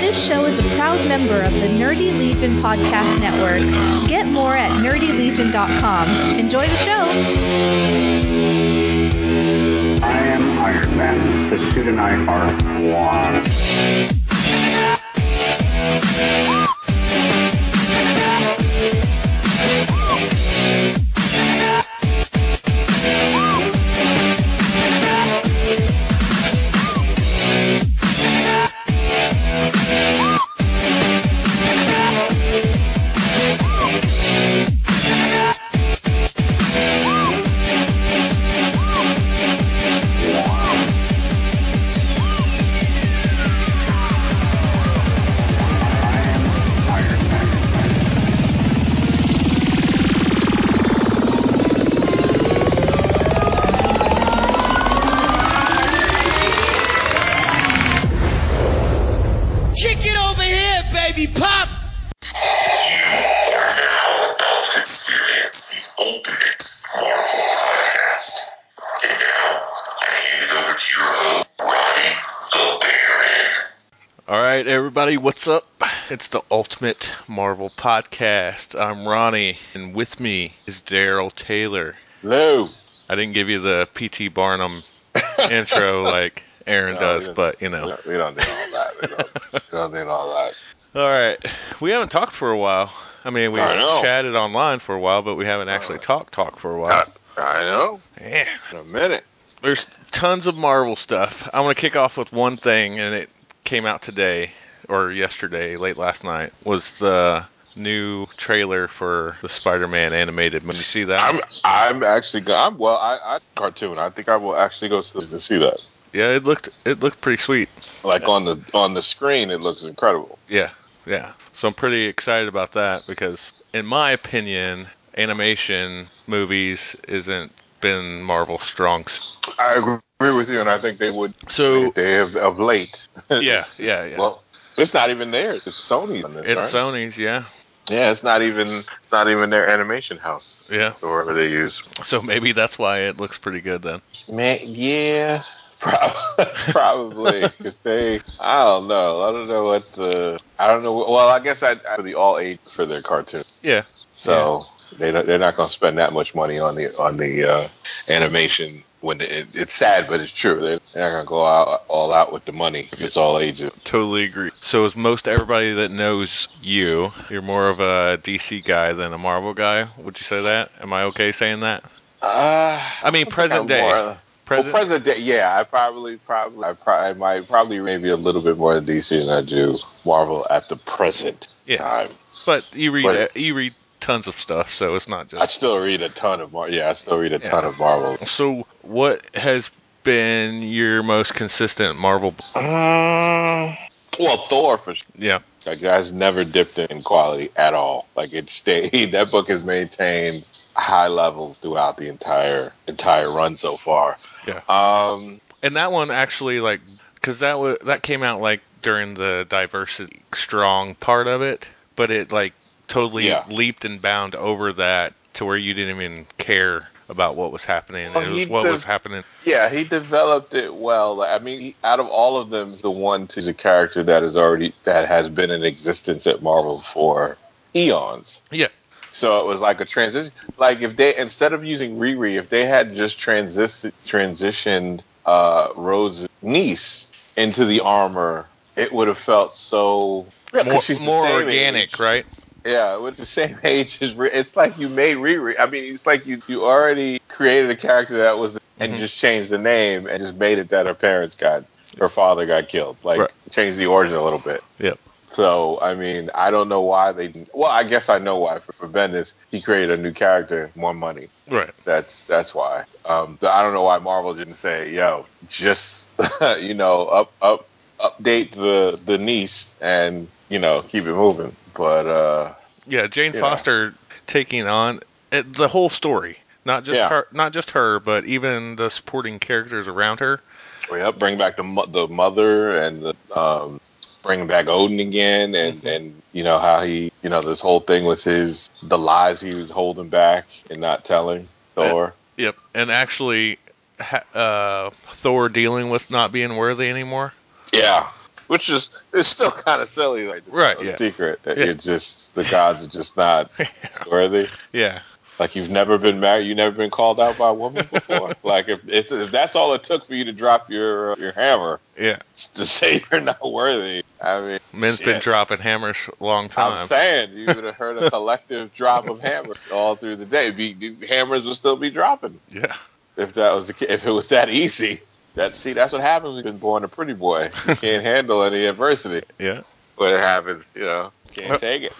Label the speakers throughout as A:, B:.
A: This show is a proud member of the Nerdy Legion Podcast Network. Get more at nerdylegion.com. Enjoy the show.
B: I am Iron Man. The suit and I are one.
C: Kick it over here, baby pop.
D: You are now about to experience the ultimate Marvel podcast. And now, I hand it over to your host, Ronnie the Baron.
E: All right, everybody, what's up? It's the Ultimate Marvel Podcast. I'm Ronnie, and with me is Daryl Taylor.
F: Hello.
E: I didn't give you the P.T. Barnum intro like Aaron
F: No,
E: does,
F: we don't-
E: but you
F: We
E: know.
F: don't, we don't need all that. We don't, we don't need all that.
E: All right, we haven't talked for a while. I mean, we
F: I know.
E: chatted online for a while, but we haven't actually talked talk for
F: I,
E: a while.
F: I know.
E: Man,
F: In a minute.
E: there's tons of Marvel stuff. I want to kick off with one thing, and it came out today or yesterday, late last night. Was the new trailer for the Spider-Man animated? When you see that,
F: I'm I'm actually go- I'm well. I, I cartoon. I think I will actually go to, to see that.
E: yeah, it looked it looked pretty sweet.
F: Like on the on the screen, it looks incredible.
E: Yeah, yeah. So I'm pretty excited about that because, in my opinion, animation movies isn't been Marvel's strong. s-
F: I agree with you, and I think they would.
E: So
F: They have of late.
E: yeah, yeah, yeah.
F: Well, it's not even theirs. It's Sony's on this,
E: it's
F: right?
E: Sony's, yeah.
F: yeah, it's not even it's not even their animation house.
E: Yeah.
F: or whatever they use.
E: So maybe that's why it looks pretty good then.
F: Man, yeah, prob- probably. If they, I don't know. I don't know what the. I don't know. Well, I guess I, I for the all age for their cartoon,
E: Yeah,
F: so they don't, they're not going to spend that much money on the on the uh, animation. When it, it's sad, but it's true. They're not going to go out all out with the money if it's all ages.
E: Totally agree. So, as most everybody that knows you, you're more of a DC guy than a Marvel guy. Would you say that? Am I okay saying that?
F: Uh,
E: I mean, present day. Present.
F: Well, present day, yeah, I probably, probably, I probably might, probably, maybe a little bit more in DC than I do Marvel at the present
E: Yeah.
F: time.
E: but you read e,
F: Right.
E: you read tons of stuff, so it's not
F: I
E: just.
F: still read a ton of Mar. Yeah, I still read a ton of Marvel.
E: So, what has been your most consistent Marvel?
F: Well, Thor for sure.
E: Yeah,
F: Like, that's never dipped in quality at all. Like it stayed. That book has maintained high level throughout the entire entire run so far.
E: Yeah.
F: Um.
E: and that one actually like because that was that came out like during the diversity strong part of it, but it like totally
F: Yeah.
E: leaped and bound over that to where you didn't even care about what was happening.
F: Well,
E: it
F: Oh, he
E: was what
F: did-
E: was happening.
F: Yeah, he developed it well. Like, I mean, he- out of all of them, the one is a character that is already that has been in existence at Marvel for eons.
E: Yeah.
F: So it was like a transition. Like if they instead of using Riri, if they had just transis- transitioned uh, Rose's niece into the armor, it would have felt so Yeah, 'cause
E: more,
F: she's the
E: more
F: same
E: organic,
F: age.
E: right?
F: Yeah, it's the same age as Riri. It's like you made Riri. I mean, it's like you you already created a character that was and
E: Mhm.
F: just changed the name and just made it that her parents got her father got killed. Like
E: Right.
F: changed the origin a little bit.
E: Yep.
F: So I mean, I don't know why they. didn't- Well, I guess I know why. For, for Bendis, he created a new character, more money.
E: Right.
F: That's that's why. Um, I don't know why Marvel didn't say, "Yo, just you know, up up update the the niece and you know keep it moving." But uh,
E: Yeah, Jane
F: Yeah.
E: Foster taking on it, the whole story, not just
F: Yeah.
E: her, not just her, but even the supporting characters around her.
F: yeah, bring back the mo- the mother and the, um, bring back Odin again, and and you know how he you know this whole thing with his the lies he was holding back and not telling Thor.
E: Yep. And actually, ha- uh, Thor dealing with not being worthy anymore.
F: Yeah. which is it's still kind of silly, like the
E: Right,
F: a
E: yeah.
F: secret that
E: Yeah.
F: you're just the gods are just not worthy.
E: Yeah.
F: Like you've never been married, you've never been called out by a woman before. like if, if if that's all it took for you to drop your uh, your hammer
E: Yeah.
F: to say you're not worthy, I mean,
E: men's
F: shit.
E: been dropping hammers a long time.
F: I'm saying you would have heard a collective drop of hammers all through the day. Be, the hammers would still be dropping
E: yeah.
F: if that was the, ca- if it was that easy. That see, that's what happens when you've been born a pretty boy. You can't handle any adversity
E: Yeah.
F: when it happens. You know,
E: Well-
F: can't take it.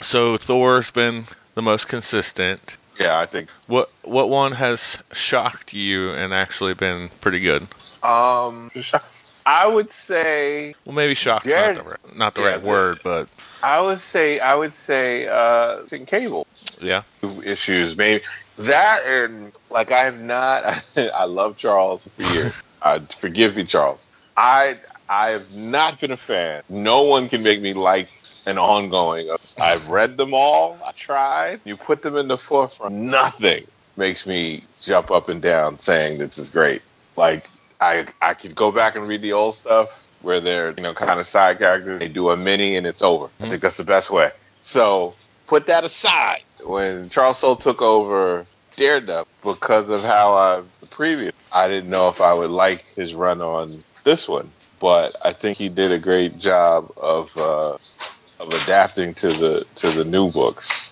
E: So Thor's been the most consistent.
F: Yeah, I think.
E: What what one has shocked you and actually been pretty good?
F: Um, I would say
E: Well, maybe shocked's
F: Jared-
E: not the right, not the
F: Yeah,
E: right
F: the-
E: word, but
F: I would say I would say uh, in cable
E: yeah,
F: issues maybe that and like I've not I love Charles for years. uh, forgive me, Charles. I I have not been a fan. No one can make me like an ongoing. I've read them all. I tried. You put them in the forefront. Nothing makes me jump up and down saying this is great. Like I I could go back and read the old stuff where they're you know kind of side characters. They do a mini and it's over. I think that's the best way. So put that aside. When Charles Soule took over Daredevil, because of how I the previous, I didn't know if I would like his run on this one. But I think he did a great job of uh, of adapting to the to the new books,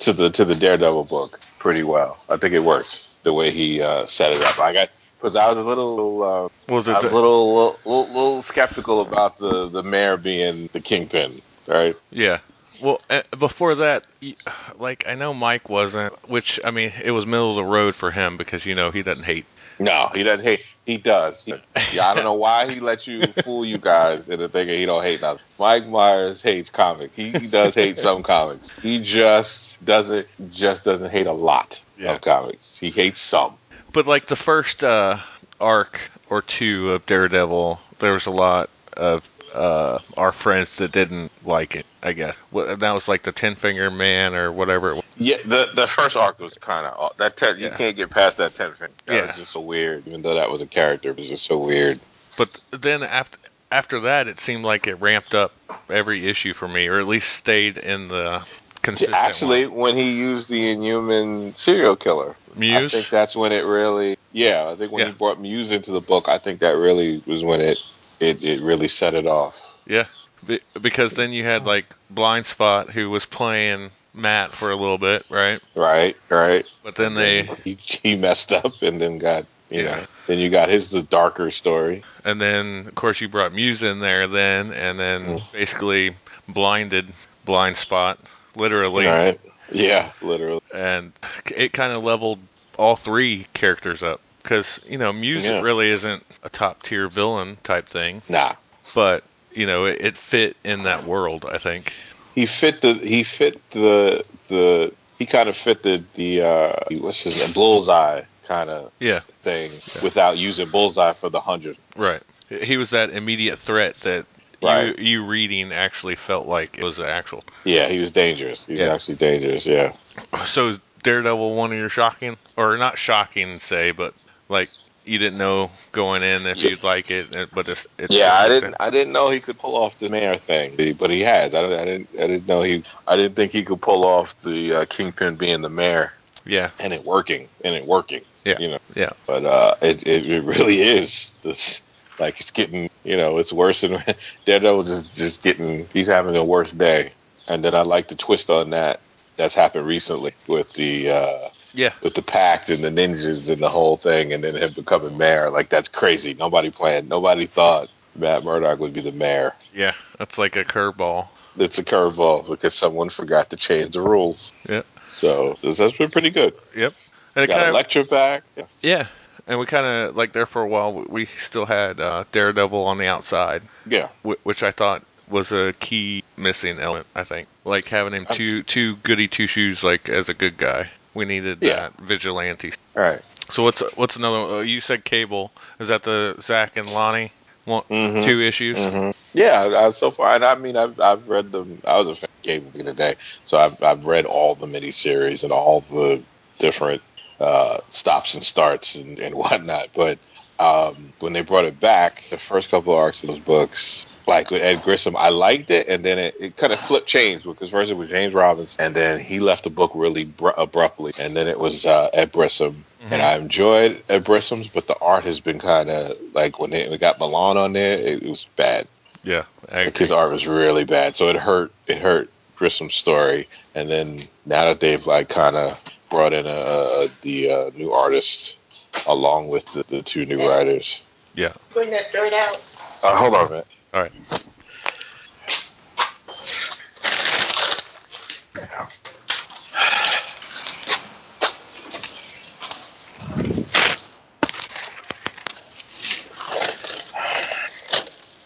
F: to the to the Daredevil book pretty well. I think it worked the way he uh, set it up. I got because I was a little. Uh,
E: was it?
F: I was a
E: the-
F: little, little, little, little skeptical about the, the mayor being the kingpin, right?
E: yeah. Well, uh, before that, y- like I know Mike wasn't, which I mean, it was middle of the road for him because you know he doesn't hate.
F: No, he doesn't hate. He does. He- yeah, I don't know why he let you fool you guys into thinking he don't hate nothing. Mike Myers hates comics. He, he does hate some comics. He just doesn't just doesn't hate a lot
E: Yeah.
F: of comics. He hates some.
E: But like the first uh, arc or two of Daredevil, there was a lot of uh, our friends that didn't like it. I guess Wha- that was like the Ten Finger Man or whatever. It was.
F: Yeah, the the first arc was kind of that. Ten,
E: Yeah.
F: You can't get past that ten finger. That
E: Yeah.
F: was just so weird. Even though that was a character, it was just so weird.
E: But then after after that, it seemed like it ramped up every issue for me, or at least stayed in the consistent. one.
F: Actually, when he used the Inhuman serial killer, I
E: Muse.
F: think that's when it really, yeah. I think when
E: Yeah.
F: he brought Muse into the book, I think that really was when it, it, it really set it off.
E: Yeah, Be- because then you had like Blind Spot, who was playing Matt for a little bit, right?
F: Right, right.
E: But then they,
F: he, he messed up and then got you
E: Yeah.
F: know then you got his the darker story.
E: and then of course you brought Muse in there then, and then
F: Mm.
E: basically blinded Blind Spot, literally,
F: Right. Yeah, literally.
E: and it kind of leveled all three characters up. Because you know, Muse
F: Yeah.
E: really isn't a top tier villain type thing,
F: Nah,
E: but you know, it, it fit in that world. I think.
F: he fit the he fit the the he kind of fit the the uh, what's his name? bullseye kind of
E: Yeah.
F: thing without using bullseye for the hundred.
E: Right. He was that immediate threat that
F: Right.
E: you, you reading actually felt like it was actual.
F: Yeah, he was dangerous. He was
E: Yeah.
F: actually dangerous. Yeah.
E: So is Daredevil one of your shocking or not shocking say, but like you didn't know going in if you'd like it, and- but it's, it's
F: Yeah, I didn't. I didn't know he could pull off the mayor thing, but he has. I, don't, I didn't. I didn't know he. I didn't think he could pull off the uh, kingpin being the mayor
E: Yeah,
F: and it working and it working.
E: Yeah.
F: You know.
E: yeah,
F: But uh, it, it it really is this. Like it's getting. You know, it's worse than Daredevil. Just just getting. He's having a worse day, and then I like the twist on that. That's happened recently with the uh,
E: yeah,
F: with the pact and the ninjas and the whole thing, and then him becoming mayor. Like that's crazy. Nobody planned. Nobody thought Matt Murdock would be the mayor.
E: yeah. That's like a curveball.
F: It's a curveball because someone forgot to change the rules.
E: Yeah,
F: So this has been pretty good.
E: yep. And it
F: Got
E: kind of
F: Electra back.
E: yeah, and we kind of like there for a while. We, we still had uh, Daredevil on the outside.
F: Yeah.
E: wh- which I thought was a key missing element. I think like having
F: Um,
E: him two two goody two shoes like as a good guy. We needed
F: Yeah.
E: that vigilante.
F: All right.
E: So what's what's another? One? Uh, You said Cable. Is that the Zach and Lonnie one,
F: Mhm.
E: two issues?
F: Yeah. I, I- so far, and I mean, I've, I've read them. I was a fan of Cable back in the day, so I've, I've read all the miniseries and all the different uh, stops and starts and, and whatnot. But um, when they brought it back, the first couple of arcs in those books, like with Ed Grissom, I liked it, and then it, it kind of flipped chains because first it was James Robbins, and then he left the book really br- abruptly, and then it was uh, Ed Grissom, and I enjoyed Ed Grissom's, but the art has been kind of like when they, they got Milan on there, it, it was bad.
E: Yeah, I
F: Like his
E: agree.
F: art was really bad, so it hurt. It hurt Grissom's story, and then now that they've like kind of brought in a, a, the uh, new artist along with the, the two new writers.
E: Yeah.
D: Bring that dirt out.
F: Uh, hold on a minute.
E: All right.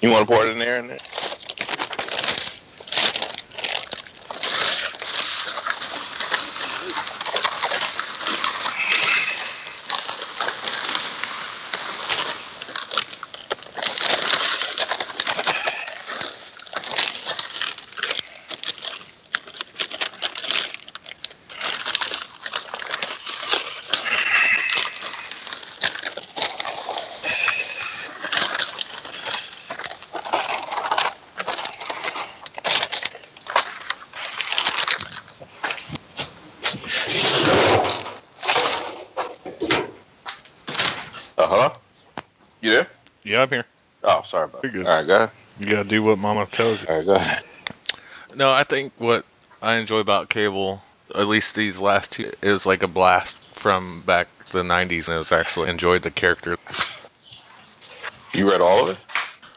F: You want to pour it in there? In there? Uh huh. You there?
E: Yeah, I'm here.
F: Oh, sorry about
E: You're
F: that.
E: good.
F: All right, go ahead.
E: You gotta do what Mama tells you.
F: All right, go ahead.
E: No, I think what I enjoy about cable, at least these last two, is like a blast from back the '90s, and it's actually enjoyed the character.
F: You read all of it?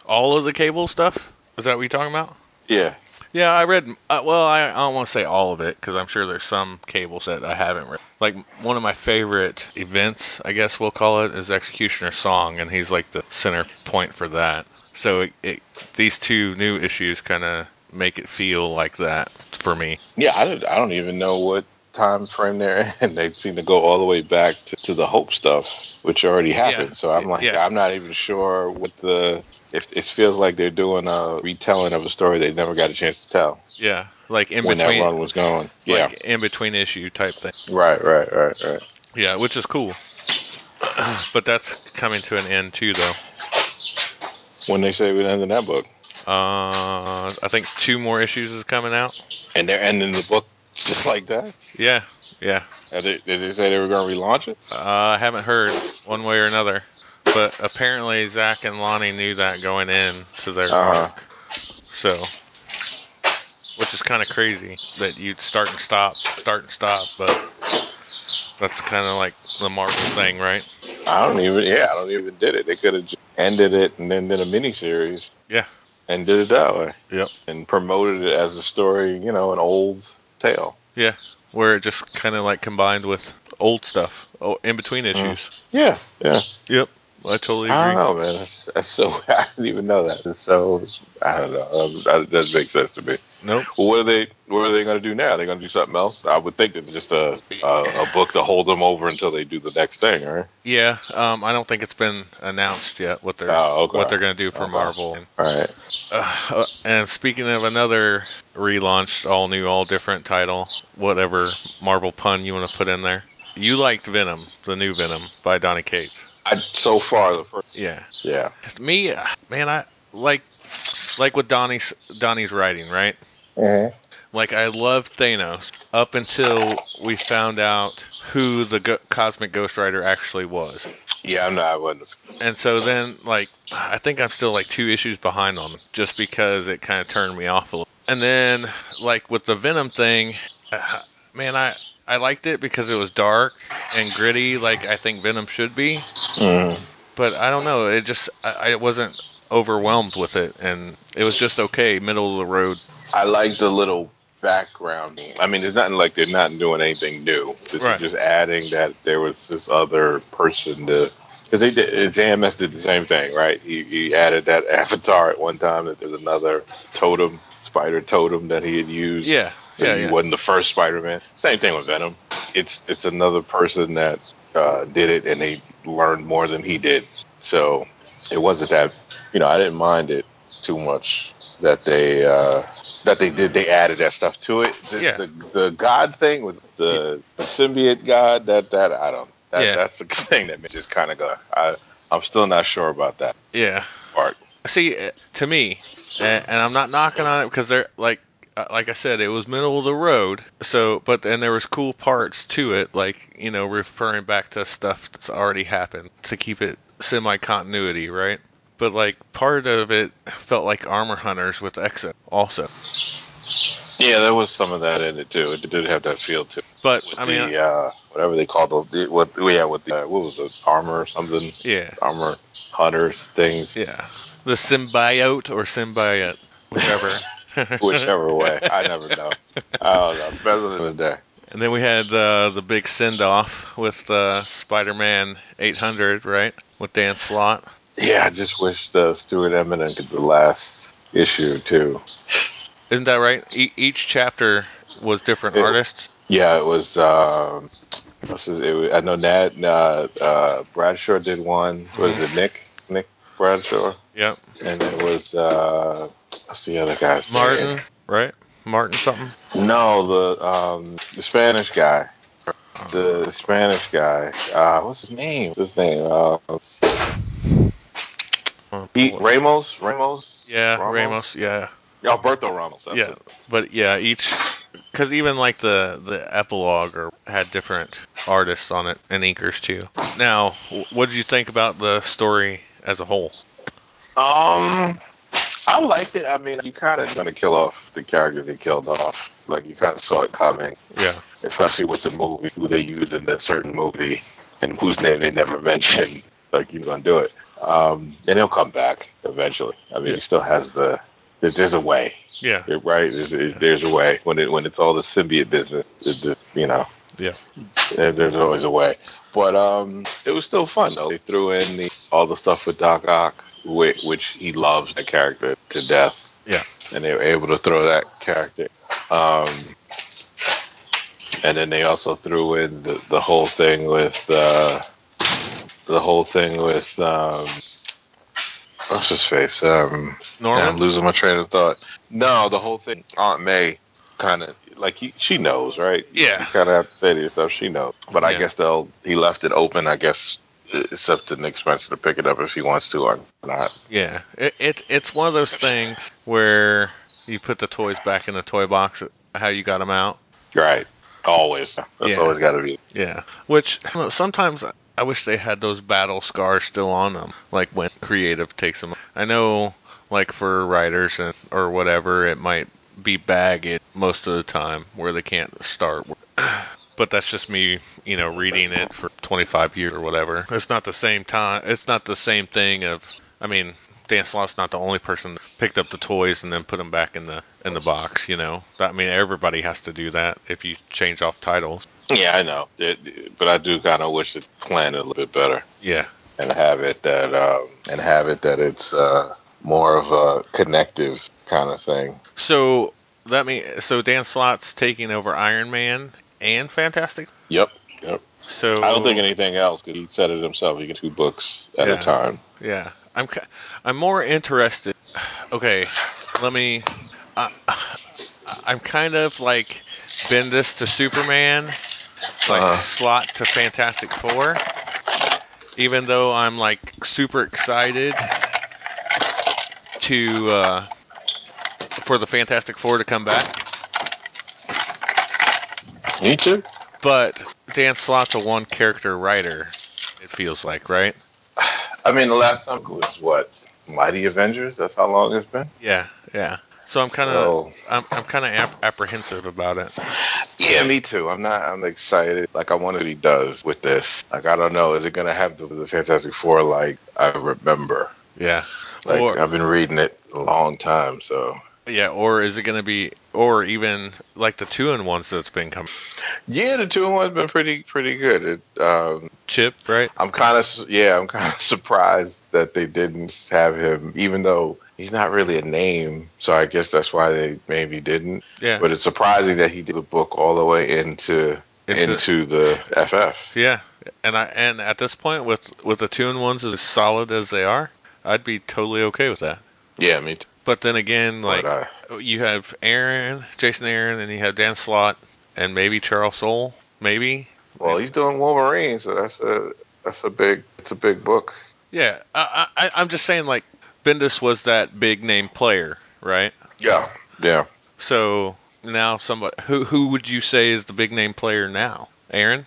E: All of the cable stuff. Is that what you're talking about?
F: Yeah.
E: Yeah, I read. Uh, well, I, I don't want to say all of it because I'm sure there's some cables that I haven't read. Like one of my favorite events, I guess we'll call it, is Executioner Song, and he's like the center point for that. So it, it these two new issues kind of make it feel like that for me.
F: Yeah, I don't, I don't even know what time frame they're in. They seem to go all the way back to, to the Hope stuff, which already happened.
E: Yeah.
F: So I'm like,
E: Yeah.
F: I'm not even sure what the. If it feels like they're doing a retelling of a story they never got a chance to tell
E: Yeah, like in
F: when
E: between,
F: that run was going. Yeah.
E: like in between issue type thing.
F: right, right, right, right.
E: Yeah, which is cool. but that's coming to an end too, though.
F: When they say we're ending that book.
E: Uh, I think two more issues is coming out.
F: And they're ending the book just like that?
E: Yeah, yeah.
F: And They, did they say they were going to relaunch it?
E: Uh, I haven't heard one way or another, but apparently Zach and Lonnie knew that going in to their
F: Uh-huh.
E: arc, so which is kind of crazy that you'd start and stop, start and stop, but that's kind of like the Marvel thing, right?
F: I don't even. Yeah, I don't even did it. They could have just ended it and then did a mini series
E: Yeah.
F: and did it that way
E: Yep.
F: and promoted it as a story. You know, an old tale.
E: Yeah, where it just kind of like combined with old stuff, oh, in between issues.
F: Yeah, yeah.
E: Yep, I totally agree.
F: Mm. I don't know, man. That's, that's so. I didn't even know that. It's so. I don't know. Um, that doesn't make sense to me.
E: Nope.
F: Well, what are they? What are they going to do now? They're going to do something else? I would think that it's just a, a a book to hold them over until they do the next thing, right?
E: Yeah, um, I don't think it's been announced yet what they're
F: Oh, okay.
E: what they're gonna do for
F: Okay.
E: Marvel.
F: All right.
E: Uh, and speaking of another relaunched, all new, all different title, whatever Marvel pun you want to put in there. You liked Venom, the new Venom by Donny Cates.
F: I, so far, the first.
E: Yeah,
F: Yeah.
E: me, uh, man, I like like with Donnie's Donnie's writing, right? Like I loved Thanos up until we found out who the go- cosmic Ghost Rider actually was,
F: Yeah, I'm not. I wasn't.
E: and so then like I think I'm still like two issues behind on them just because it kind of turned me off a little. And then like with the Venom thing, uh, man, I I liked it because it was dark and gritty, like I think Venom should be. But I don't know, it just I, I wasn't overwhelmed with it, and it was just okay, middle of the road.
F: I like the little background. I mean, it's not like they're not doing anything new. They're
E: Right.
F: just adding that there was this other person to. Because they did, JMS did the same thing, right? He, he added that avatar at one time. That there's another totem, spider totem that he had used.
E: Yeah,
F: So
E: yeah,
F: he
E: yeah.
F: wasn't the first Spider-Man. Same thing with Venom. It's it's another person that uh, did it, and they learned more than he did. So it wasn't that you know I didn't mind it too much that they uh, that they did they added that stuff to it. The,
E: Yeah.
F: the, the god thing was the, the symbiote god that that I don't that
E: Yeah.
F: that's the thing that made- just kind of go. I I'm still not sure about that
E: Yeah.
F: part.
E: See, uh, to me, a- and I'm not knocking on it because they're like, uh, like I said, it was middle of the road. So, but then there was cool parts to it, like you know, referring back to stuff that's already happened to keep it semi continuity, right? But like part of it felt like Armor Hunters with Exo also.
F: Yeah, there was some of that in it too. It did have that feel too.
E: But
F: With
E: I mean,
F: the uh, whatever they call those, the, what yeah, with the uh, what was it, armor or something,
E: yeah,
F: armor hunters things,
E: yeah, the symbiote or symbiote, whichever.
F: whichever way. I never know. I don't know. Depends on the day.
E: And then we had uh, the big send off with uh, Spider Man 800, right? With Dan Slott.
F: Yeah, I just wish the Stuart Eminem could the last issue too.
E: Isn't that right? E- each chapter was different
F: Yeah.
E: artists.
F: Yeah, it was. Um, what's his, it was I know Nat uh, uh, Bradshaw did one. Was it Nick? Nick Bradshaw,
E: Yep.
F: and it was uh, what's the other guy's name?
E: Martin, right? Martin something.
F: No, the um, the Spanish guy. The Spanish guy. Uh, what's his name? What's his name? Uh, he, Ramos. Ramos.
E: yeah, Ramos. Yeah,
F: Alberto Ramos. that's
E: yeah.
F: it.
E: But yeah, each because even like the the epilogue or had different artists on it and inkers too. Now, wh- what did you think about the story as a whole?
F: Um, I liked it. I mean, you kind of trying to kill off the character they killed off. Like you kind of saw it coming,
E: Yeah.
F: especially with the movie who they used in that certain movie and whose name they never mentioned. Like you're gonna do it, um, and he'll come back eventually. I mean, he still has the. There's, there's a way,
E: Yeah.
F: You're right? There's, there's a way when it when it's all the symbiote business. It just, you know,
E: Yeah.
F: there- there's always a way. But um, it was still fun though. They threw in the, all the stuff with Doc Ock, which, which he loves that character to death,
E: Yeah.
F: and they were able to throw that character. Um, and then they also threw in the, the whole thing with uh, the whole thing with um, what's his face. Um, yeah, I'm
E: Norman.
F: losing my train of thought. No, the whole thing, Aunt May, kind of like you, she knows, right?
E: Yeah.
F: You kind of have to say to yourself, she knows. But I
E: Yeah.
F: guess they'll he left it open. I guess uh, it's up to Nick Spencer to pick it up if he wants to or not.
E: Yeah, it, it it's one of those things where you put the toys back in the toy box, how you got them out.
F: Right. Always. That's
E: Yeah.
F: always got to be.
E: Yeah, which you know, sometimes I wish they had those battle scars still on them, like when creative takes them. I know, like for writers and or whatever, it might be bagged most of the time where they can't start. But that's just me, you know, reading it for 25 years or whatever. It's not the same time. It's not the same thing. Of, I mean, Dan Slott's not the only person that picked up the toys and then put them back in the in the box. You know, I mean, everybody has to do that if you change off titles.
F: Yeah, I know. It- but I do kind of wish it planned it a little bit better
E: Yeah.
F: and have it that um, and have it that it's uh, more of a connective kind of thing.
E: So that mean so Dan Slott's taking over Iron Man and Fantastic.
F: Yep. Yep.
E: So
F: I don't think anything else because he said it himself. He get two books at
E: Yeah.
F: a time.
E: Yeah, I'm ki- I'm more interested. Okay, let me. I I'm kind of like bend this to Superman, like
F: Uh.
E: slot to Fantastic Four. Even though I'm like super excited to uh, for the Fantastic Four to come back,
F: Me too.
E: But Dan Slott's a one character writer, it feels like, right?
F: I mean, the last time was what Mighty Avengers. That's how long it's been.
E: Yeah, yeah. So I'm
F: Uh,
E: kind of
F: So
E: I'm, I'm kind of ap- apprehensive about it.
F: yeah, me too. I'm not. I'm excited. Like I wonder what he does with this. Like I don't know. Is it gonna have the, the Fantastic Four like I remember?
E: Yeah.
F: Like
E: Or-
F: I've been reading it a long time, so
E: Yeah, or is it going to be or even like the two in ones that's been coming.
F: yeah, the two in one's been pretty pretty good. It, um,
E: Chip, right?
F: I'm kind of yeah, I'm kind of surprised that they didn't have him, even though he's not really a name. So I guess that's why they maybe didn't.
E: Yeah.
F: But it's surprising that he did the book all the way into
E: Into-
F: into, the FF.
E: yeah. And I and at this point with with the two in ones as solid as they are, I'd be totally okay with that.
F: Yeah, me too.
E: But then again, like
F: but, uh,
E: you have Aaron, Jason Aaron, and you have Dan Slott, and maybe Charles Soule, maybe
F: well, he's doing Wolverine, so that's a that's a big it's a big book.
E: Yeah, I, I, I'm just saying, like, Bendis was that big name player, right?
D: Yeah.
F: Yeah.
E: So now somebody who who would you say is the big name player now? Aaron?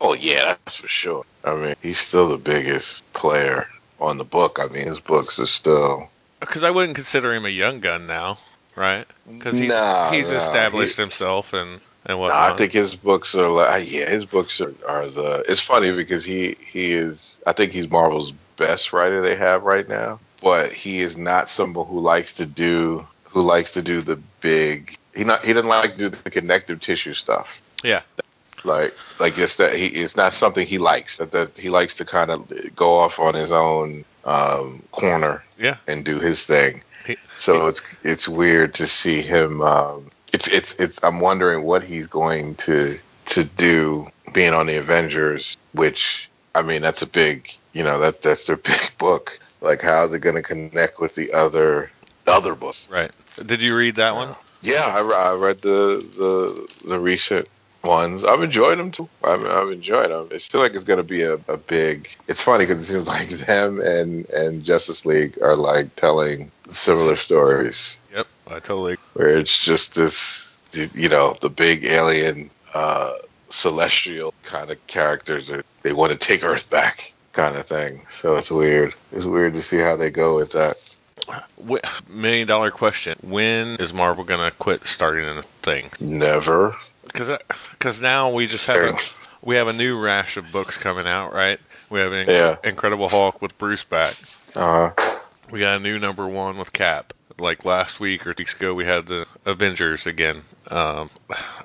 F: Oh yeah, that's for sure. I mean, he's still the biggest player on the book. I mean, his books are still
E: Because I wouldn't consider him a young gun now, right? Because he's
F: Nah,
E: he's
F: nah,
E: established
F: he-
E: himself and and
F: Nah,
E: whatnot.
F: I think his books are like yeah, his books are, are the. It's funny because he he is. I think he's Marvel's best writer they have right now, but he is not someone who likes to do who likes to do the big. He not he doesn't like to do the connective tissue stuff.
E: yeah,
F: Like like it's that he it's not something he likes that, that he likes to kind of go off on his own um, corner
E: yeah.
F: and do his thing.
E: He-
F: So it's it's weird to see him. Um, it's it's it's. I'm wondering what he's going to to do being on the Avengers, which I mean that's a big you know that's that's their big book. Like how's it going to connect with the other the other book?
E: Right. Did you read that one?
F: Yeah, I, re- I read the the the recent ones. I've enjoyed them too. I've, I've enjoyed them. It's feel like it's going to be a, a big. It's funny because it seems like them and and Justice League are like telling similar stories
E: Yep. I totally.
F: where it's just this you know the big alien uh, celestial kind of characters that they want to take Earth back kind of thing. So it's weird. It's weird to see how they go with that.
E: Wh- million dollar question: When is Marvel gonna quit starting a thing?
F: Never.
E: Because because now we just have a, we have a new rash of books coming out, right? We have an
F: Yeah.
E: Incredible Hulk with Bruce back.
F: Uh,
E: We got a new number one with Cap. Like last week or two weeks ago, we had the Avengers again. Um,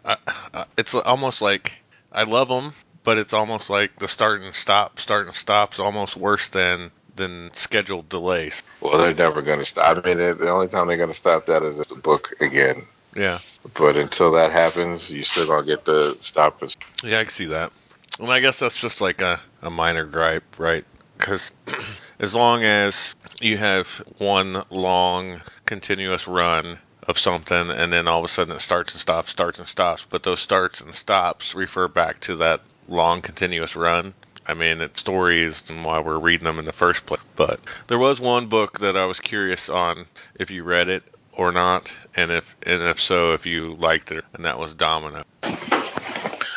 E: I, I, it's almost like I love them, but it's almost like the start and stop, start and stop's almost worse than than scheduled delays.
F: Well, they're never going to stop. I mean, the the only time they're going to stop that is at the book again.
E: Yeah,
F: But until that happens, you're still going to get the stop. and-
E: yeah, I can see that. And I guess that's just like a, a minor gripe, right? Because as long as you have one long continuous run of something and then all of a sudden it starts and stops starts and stops but those starts and stops refer back to that long continuous run i mean it's stories and why we're reading them in the first place but there was one book that i was curious on if you read it or not and if and if so if you liked it and that was domino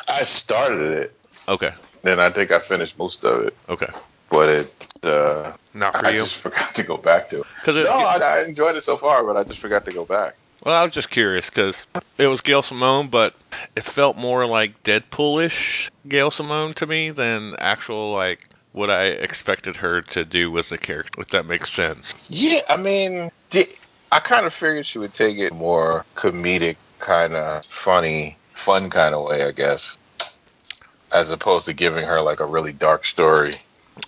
F: I started it,
E: okay
F: and I think I finished most of it,
E: okay
F: but it uh,
E: not for
F: I
E: you
F: just forgot to go back to it.
E: because
F: No, I, I enjoyed it so far, but I just forgot to go back.
E: Well, I was just curious because it was Gail Simone, but it felt more like Deadpool-ish Gail Simone to me than actual like what I expected her to do with the character. If that makes sense.
F: Yeah, I mean, di- I kind of figured she would take it more comedic, kind of funny, fun kind of way, I guess, as opposed to giving her like a really dark story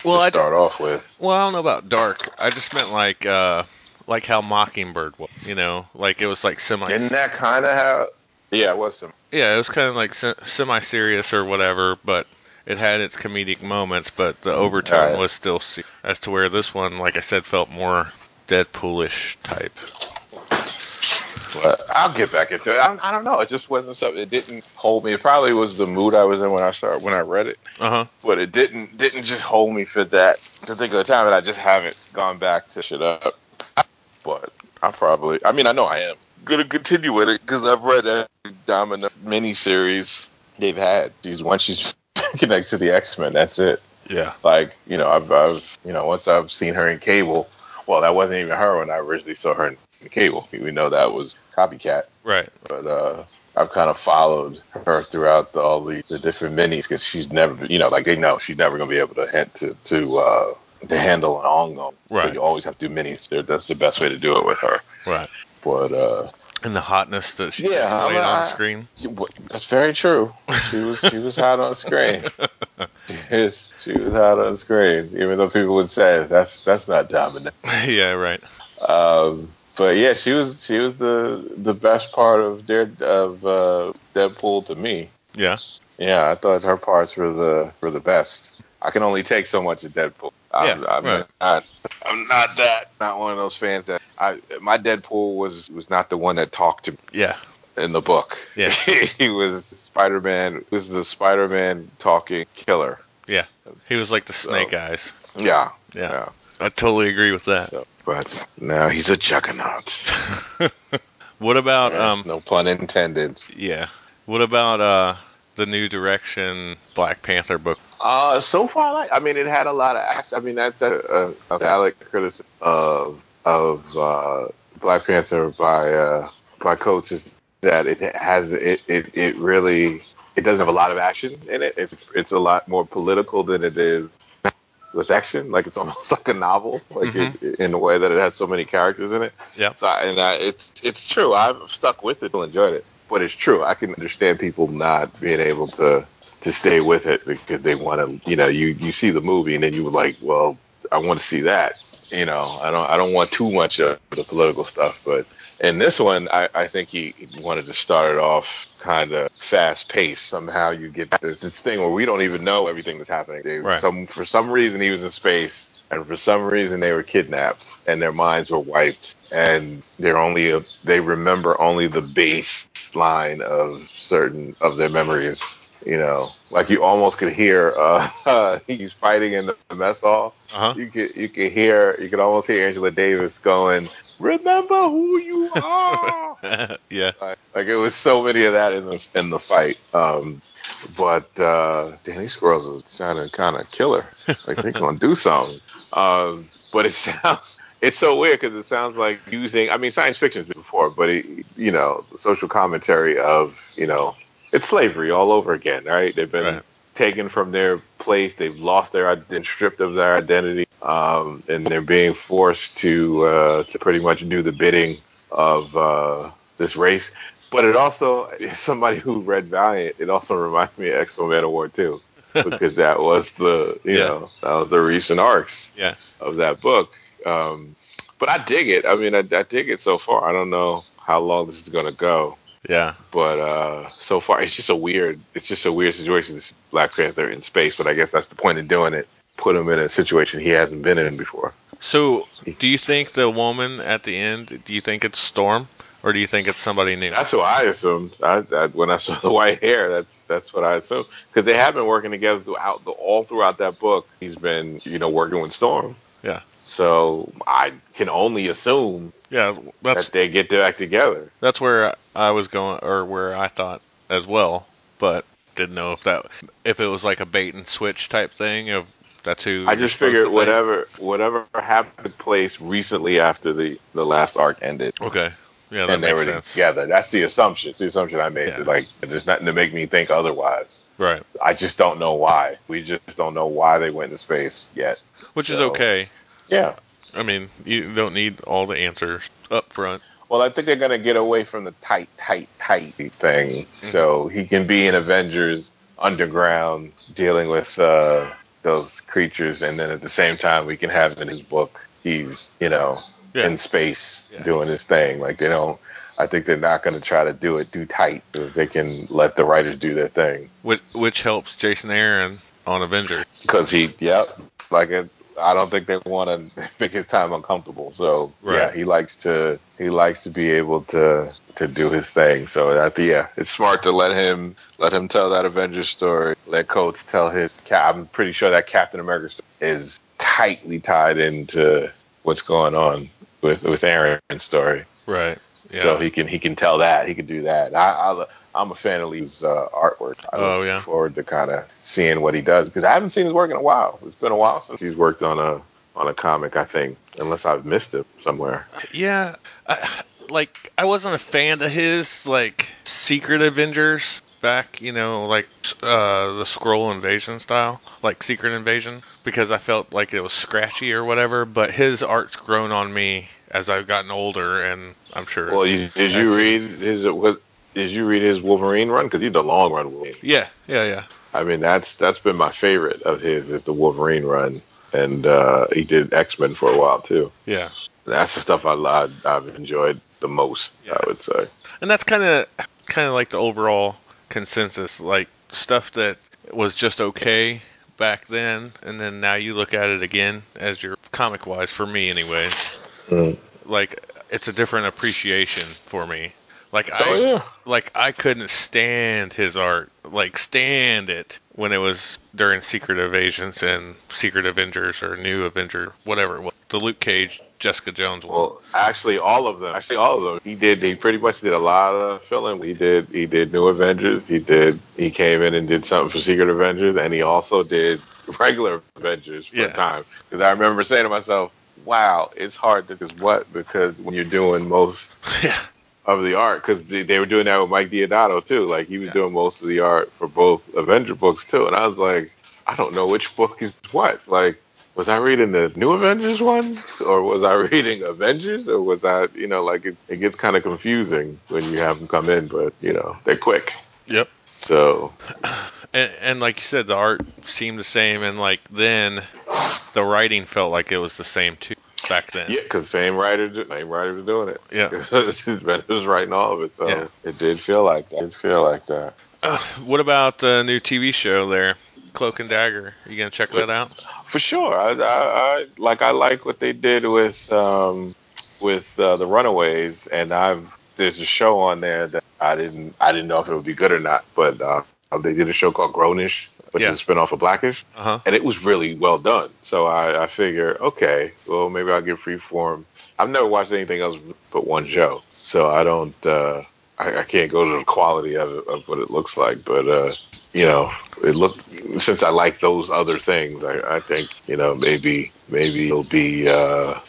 E: Well,
F: to
E: I
F: start off with.
E: well I don't know about dark. I just meant like uh like how Mockingbird was. You know, like it was like semi.
F: Isn't that kind of how? Yeah, it was some.
E: yeah, it was kind of like se- semi-serious or whatever, but it had its comedic moments, but the overtone
F: Right.
E: was still se- as to where this one, like I said, felt more Deadpoolish type.
F: But I'll get back into it. I, I don't know. It just wasn't something. It didn't hold me. It probably was the mood I was in when I started when I read it,
E: Uh huh.
F: but it didn't didn't just hold me for that particular time. And I just haven't gone back to shit up. But I probably. I mean, I know I am gonna continue with it because I've read that Domino miniseries they've had. These once she's connected to the X Men, that's it.
E: Yeah.
F: like you know I've, I've you know once I've seen her in Cable well that wasn't even her when I originally saw her in Cable we know that was copycat
E: Right.
F: but uh I've kind of followed her throughout the, all the, the different minis because she's never you know like they know she's never gonna be able to hand, to to uh to handle an ongoing so
E: Right.
F: you always have to do minis There- that's the best way to do it with her
E: Right.
F: but uh
E: And the hotness that she
F: Yeah,
E: displayed
F: I'm,
E: on
F: uh,
E: screen.
F: that's very true. She was she was hot on screen. Yes, she was hot on screen. Even though people would say that's that's not dominant.
E: yeah, right.
F: Um, but yeah, she was she was the the best part of Dare of uh, Deadpool to me.
E: Yeah.
F: Yeah, I thought her parts were the were the best. I can only take so much of Deadpool. I'm,
E: Yeah,
F: I'm
E: right.
F: not, I'm not that not one of those fans that I my Deadpool was was not the one that talked to me
E: Yeah.
F: in the book.
E: Yeah.
F: he was Spider Man was the Spider Man talking killer.
E: Yeah. He was like the snake eyes.
F: Yeah.
E: Yeah.
F: Yeah.
E: I totally agree with that.
F: So, but now he's a juggernaut.
E: what about um
F: no pun intended.
E: yeah. What about uh the new direction Black Panther book?
F: Uh, so far, I like I mean, it had a lot of action. I mean, that's a, a, a valid criticism of of uh, Black Panther by uh, by Coates is that it has it, it it really it doesn't have a lot of action in it. It's it's a lot more political than it is with action. Like it's almost like a novel, like it, in the way that it has so many characters in it.
E: Yeah.
F: So I, and I, it's it's true. I've stuck with it, still enjoyed it, but it's true. I can understand people not being able to to stay with it because they want to. You know, you you see the movie and then you were like, well, I want to see that. You know, I don't I don't want too much of the political stuff, but. In this one, I, I think he he wanted to start it off kind of fast paced. Somehow you get this, this thing where we don't even know everything that's happening. They,
E: Right.
F: Some for some reason he was in space, and for some reason they were kidnapped, and their minds were wiped, and they're only a, they remember only the baseline of certain of their memories. You know, like you almost could hear uh, he's fighting in the mess hall.
E: Uh-huh.
F: You could you could hear you could almost hear Angela Davis going, "Remember who you are."
E: yeah.
F: like, like it was so many of that in the in the fight. Um, but uh, Danny Squirrels is sounding kind of killer. Like they're gonna do something. Um, but it sounds it's so weird because it sounds like using. I mean, science fiction's been before, but it, you know, the social commentary of you know, it's slavery all over again, right? They've been
E: Right.
F: taken from their place. They've lost their ident- stripped of their identity, um, and they're being forced to uh, to pretty much do the bidding of uh, this race. But it also, as somebody who read Valiant, it also reminded me of X Men War Two, because that was the you
E: Yeah.
F: know that was the recent arcs
E: Yeah.
F: of that book. Um, but I dig it. I mean, I, I dig it so far. I don't know how long this is going to go
E: Yeah.
F: but uh, so far it's just a weird it's just a weird situation this black panther in space but i guess that's the point of doing it put him in a situation he hasn't been in before
E: So, do you think the woman at the end? Do you think it's Storm, or do you think it's somebody new?
F: that's what i assumed I, I, when i saw the white hair that's that's what i assumed because they have been working together throughout the all throughout that book he's been you know working with storm
E: Yeah.
F: so i can only assume
E: yeah, that's
F: that they get back together
E: that's where I was going, or where I thought as well, but didn't know if that if it was like a bait and switch type thing of that's who.
F: I
E: you're
F: just
E: supposed to
F: figured
E: think.
F: whatever whatever happened place recently after the the last arc ended.
E: Okay. Yeah, that
F: and they
E: makes
F: were
E: sense.
F: together. That's the assumption. It's the assumption I made.
E: Yeah.
F: Like, there's nothing to make me think otherwise.
E: Right.
F: I just don't know why. We just don't know why they went to space yet.
E: Which is
F: So-
E: okay.
F: Yeah.
E: I mean, you don't need all the answers up front.
F: Well, I think they're gonna get away from the tight, tight, tight thing,
E: Mm-hmm.
F: so he can be in Avengers underground dealing with uh, those creatures, and then at the same time we can have in his book he's you know
E: Yeah.
F: in space
E: Yeah.
F: doing his thing. Like they don't. I think they're not gonna try to do it too tight. They can let the writers do their thing.
E: Which which helps Jason Aaron on Avengers.
F: because he, yep, like it, I don't think they want to make his time uncomfortable. So yeah,
E: Right.
F: he likes to he likes to be able to to do his thing. So that yeah, it's smart to let him let him tell that Avengers story. Let Coates tell his. Ca- I'm pretty sure that Captain America story is tightly tied into what's going on with with Aaron's story.
E: Right. Yeah.
F: So he can he can tell that he can do that. I, I I'm a fan of Lee's uh, artwork. I
E: Oh,
F: look
E: yeah.
F: forward to kind of seeing what he does because I haven't seen his work in a while. It's been a while since he's worked on a on a comic. I think unless I've missed it somewhere.
E: Yeah, I, like I wasn't a fan of his like Secret Avengers back, you know, like uh, the Scroll Invasion style, like Secret Invasion, because I felt like it was scratchy or whatever. But his art's grown on me as I've gotten older, and I'm sure.
F: Well, you, did you
E: That's-
F: read his what? Did you read his Wolverine run? Because he's the long run Wolverine.
E: yeah, yeah, yeah.
F: I mean, that's that's been my favorite of his is the Wolverine run, and uh, he did X Men for a while too.
E: Yeah,
F: That's the stuff I, I I've enjoyed the most.
E: Yeah.
F: I would say.
E: and that's kind of kind of like the overall consensus like stuff that was just okay back then and then now you look at it again as your comic wise for me anyways
F: Hmm.
E: like it's a different appreciation for me like i
F: Oh yeah.
E: like i couldn't stand his art like stand it when it was during Secret Evasions and Secret Avengers or New Avenger, whatever it was. The Luke Cage, Jessica Jones one.
F: Well, actually, all of them. Actually, all of them. He did. He pretty much did a lot of filling. He did. He did New Avengers. He did. He came in and did something for Secret Avengers, and he also did regular Avengers for
E: Yeah.
F: a time. Because I remember saying to myself, "Wow, it's hard to just what because when you're doing most
E: yeah.
F: of the art, because they, they were doing that with Mike Diodato too. Like he was doing most of the art for both Avenger books too, and I was like, I don't know which book is what. Like, was I reading the New Avengers one, or was I reading Avengers, or was I, you know, like it, it gets kind of confusing when you have them come in, but you know, they're quick.
E: Yep.
F: So
E: And, and like you said, the art seemed the same, and like then, the writing felt like it was the same too back then.
F: yeah, because same writer, same writer was doing it.
E: Yeah.
F: Bennett was writing all of it, so
E: Yeah.
F: it did feel like that. It did feel like that.
E: Uh, what about the new TV show there, Cloak and Dagger? You gonna check that out?
F: For sure, I, I, I like I like what they did with um, with uh, the Runaways, and I've there's a show on there that I didn't I didn't know if it would be good or not, but uh, they did a show called Grownish, which
E: Yeah.
F: is a spinoff of Blackish,
E: Uh huh.
F: and it was really well done. So I, I figure, okay, well maybe I'll get Freeform. I've never watched anything else but one show, so I don't uh, I, I can't go to the quality of it, of what it looks like, but. Uh, you know, it looked since I like those other things, I, I think you know maybe maybe it'll be uh,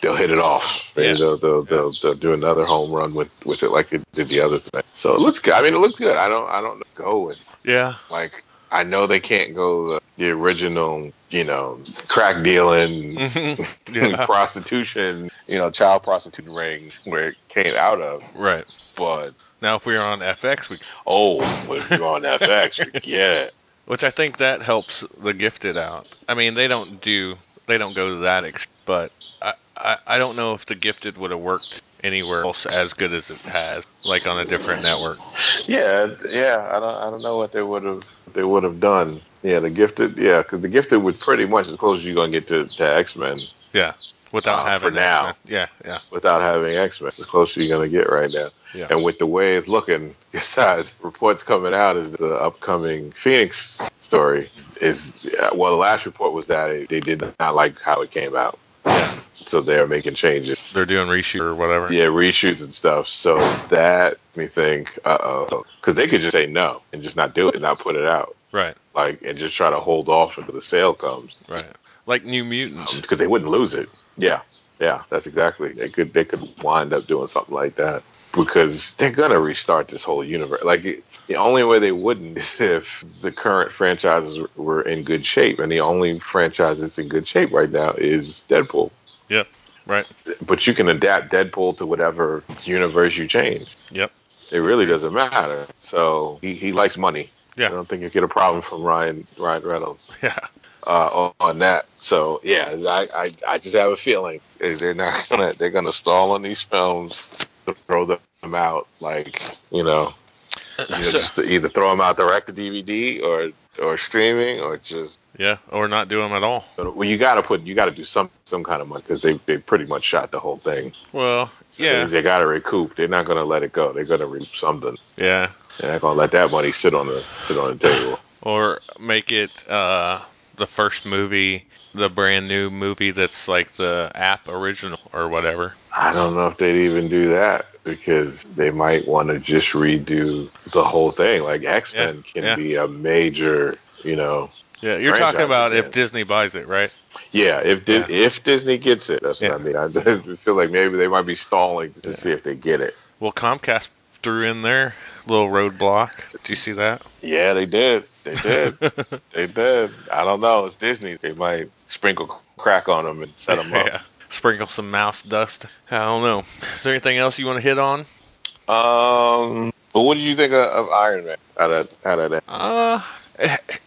F: they'll hit it off. Maybe
E: Yeah.
F: they'll, they'll, they'll, they'll do another home run with, with it like they did the other thing. So it looks good. I mean, it looks good. I don't I don't go with
E: Yeah.
F: like I know they can't go the, the original you know crack dealing
E: yeah.
F: prostitution you know child prostitution ring where it came out of,
E: Right.
F: but
E: Now, if we were on FX, we,
F: oh, if you're on FX, yeah.
E: which I think that helps the gifted out. I mean, they don't do, they don't go to that, ex- but I, I, I don't know if the gifted would have worked anywhere else as good as it has, like on a different network.
F: Yeah, yeah. I don't, I don't know what they would have they would have done. Yeah, the gifted. Yeah, because the gifted would pretty much as close as you're gonna get to, to X Men
E: Yeah. Without
F: Uh,
E: having
F: for now.
E: X-Men. Yeah. Yeah.
F: without having X Men. As close as you're gonna get right now.
E: Yeah.
F: And with the way it's looking, besides reports coming out is the upcoming Phoenix story is uh, well. The last report was that it, they did not like how it came out,
E: Yeah.
F: so they're making changes.
E: They're doing reshoot or whatever.
F: Yeah, reshoots and stuff. So that made me think, uh oh, because they could just say no and just not do it and not put it out.
E: Right.
F: like and just try to hold off until the sale comes
E: Right. Like New Mutants.
F: because they wouldn't lose it. Yeah, yeah, that's exactly. They could they could wind up doing something like that because they're gonna restart this whole universe. Like it- the only way they wouldn't is if the current franchises were in good shape, and the only franchise that's in good shape right now is Deadpool.
E: Yep. Right.
F: But you can adapt Deadpool to whatever universe you change.
E: Yep.
F: It really doesn't matter. So he, he likes money.
E: Yeah.
F: I don't think you get a problem from Ryan Ryan Reynolds
E: Yeah.
F: uh, on that. So yeah, I, I, I just have a feeling they're not gonna they're gonna stall on these films, throw them out like you know, you know,
E: Uh, So-
F: just to either throw them out direct to DVD or or streaming or just
E: yeah. Or not do them at all.
F: well you got to put you got to do some some kind of money because they they pretty much shot the whole thing.
E: Well,
F: So
E: yeah.
F: they, they got to recoup. They're not gonna let it go. They're gonna recoup something.
E: Yeah.
F: They're not gonna let that money sit on the sit on the table.
E: Or make it uh, the first movie, the brand new movie that's like the app original or whatever.
F: I don't know if they'd even do that because they might want to just redo the whole thing. Like X Men
E: Yeah,
F: can
E: yeah.
F: be a major, you know.
E: Yeah, you're
F: Franchise
E: talking about if
F: again.
E: Disney buys it, right?
F: Yeah, if Di-
E: Yeah.
F: if Disney gets it, that's
E: Yeah.
F: what I mean. I just feel like maybe they might be stalling to
E: Yeah.
F: see if they get it.
E: Well, Comcast threw in their little roadblock. Do you see that?
F: Yeah, they did. They did. they did. I don't know. It's Disney. They might sprinkle crack on them and set them up.
E: yeah. Sprinkle some mouse dust. I don't know. Is there anything else you want to hit on?
F: Um, but what did you think of, of Iron Man? How that? How that? end?
E: Uh,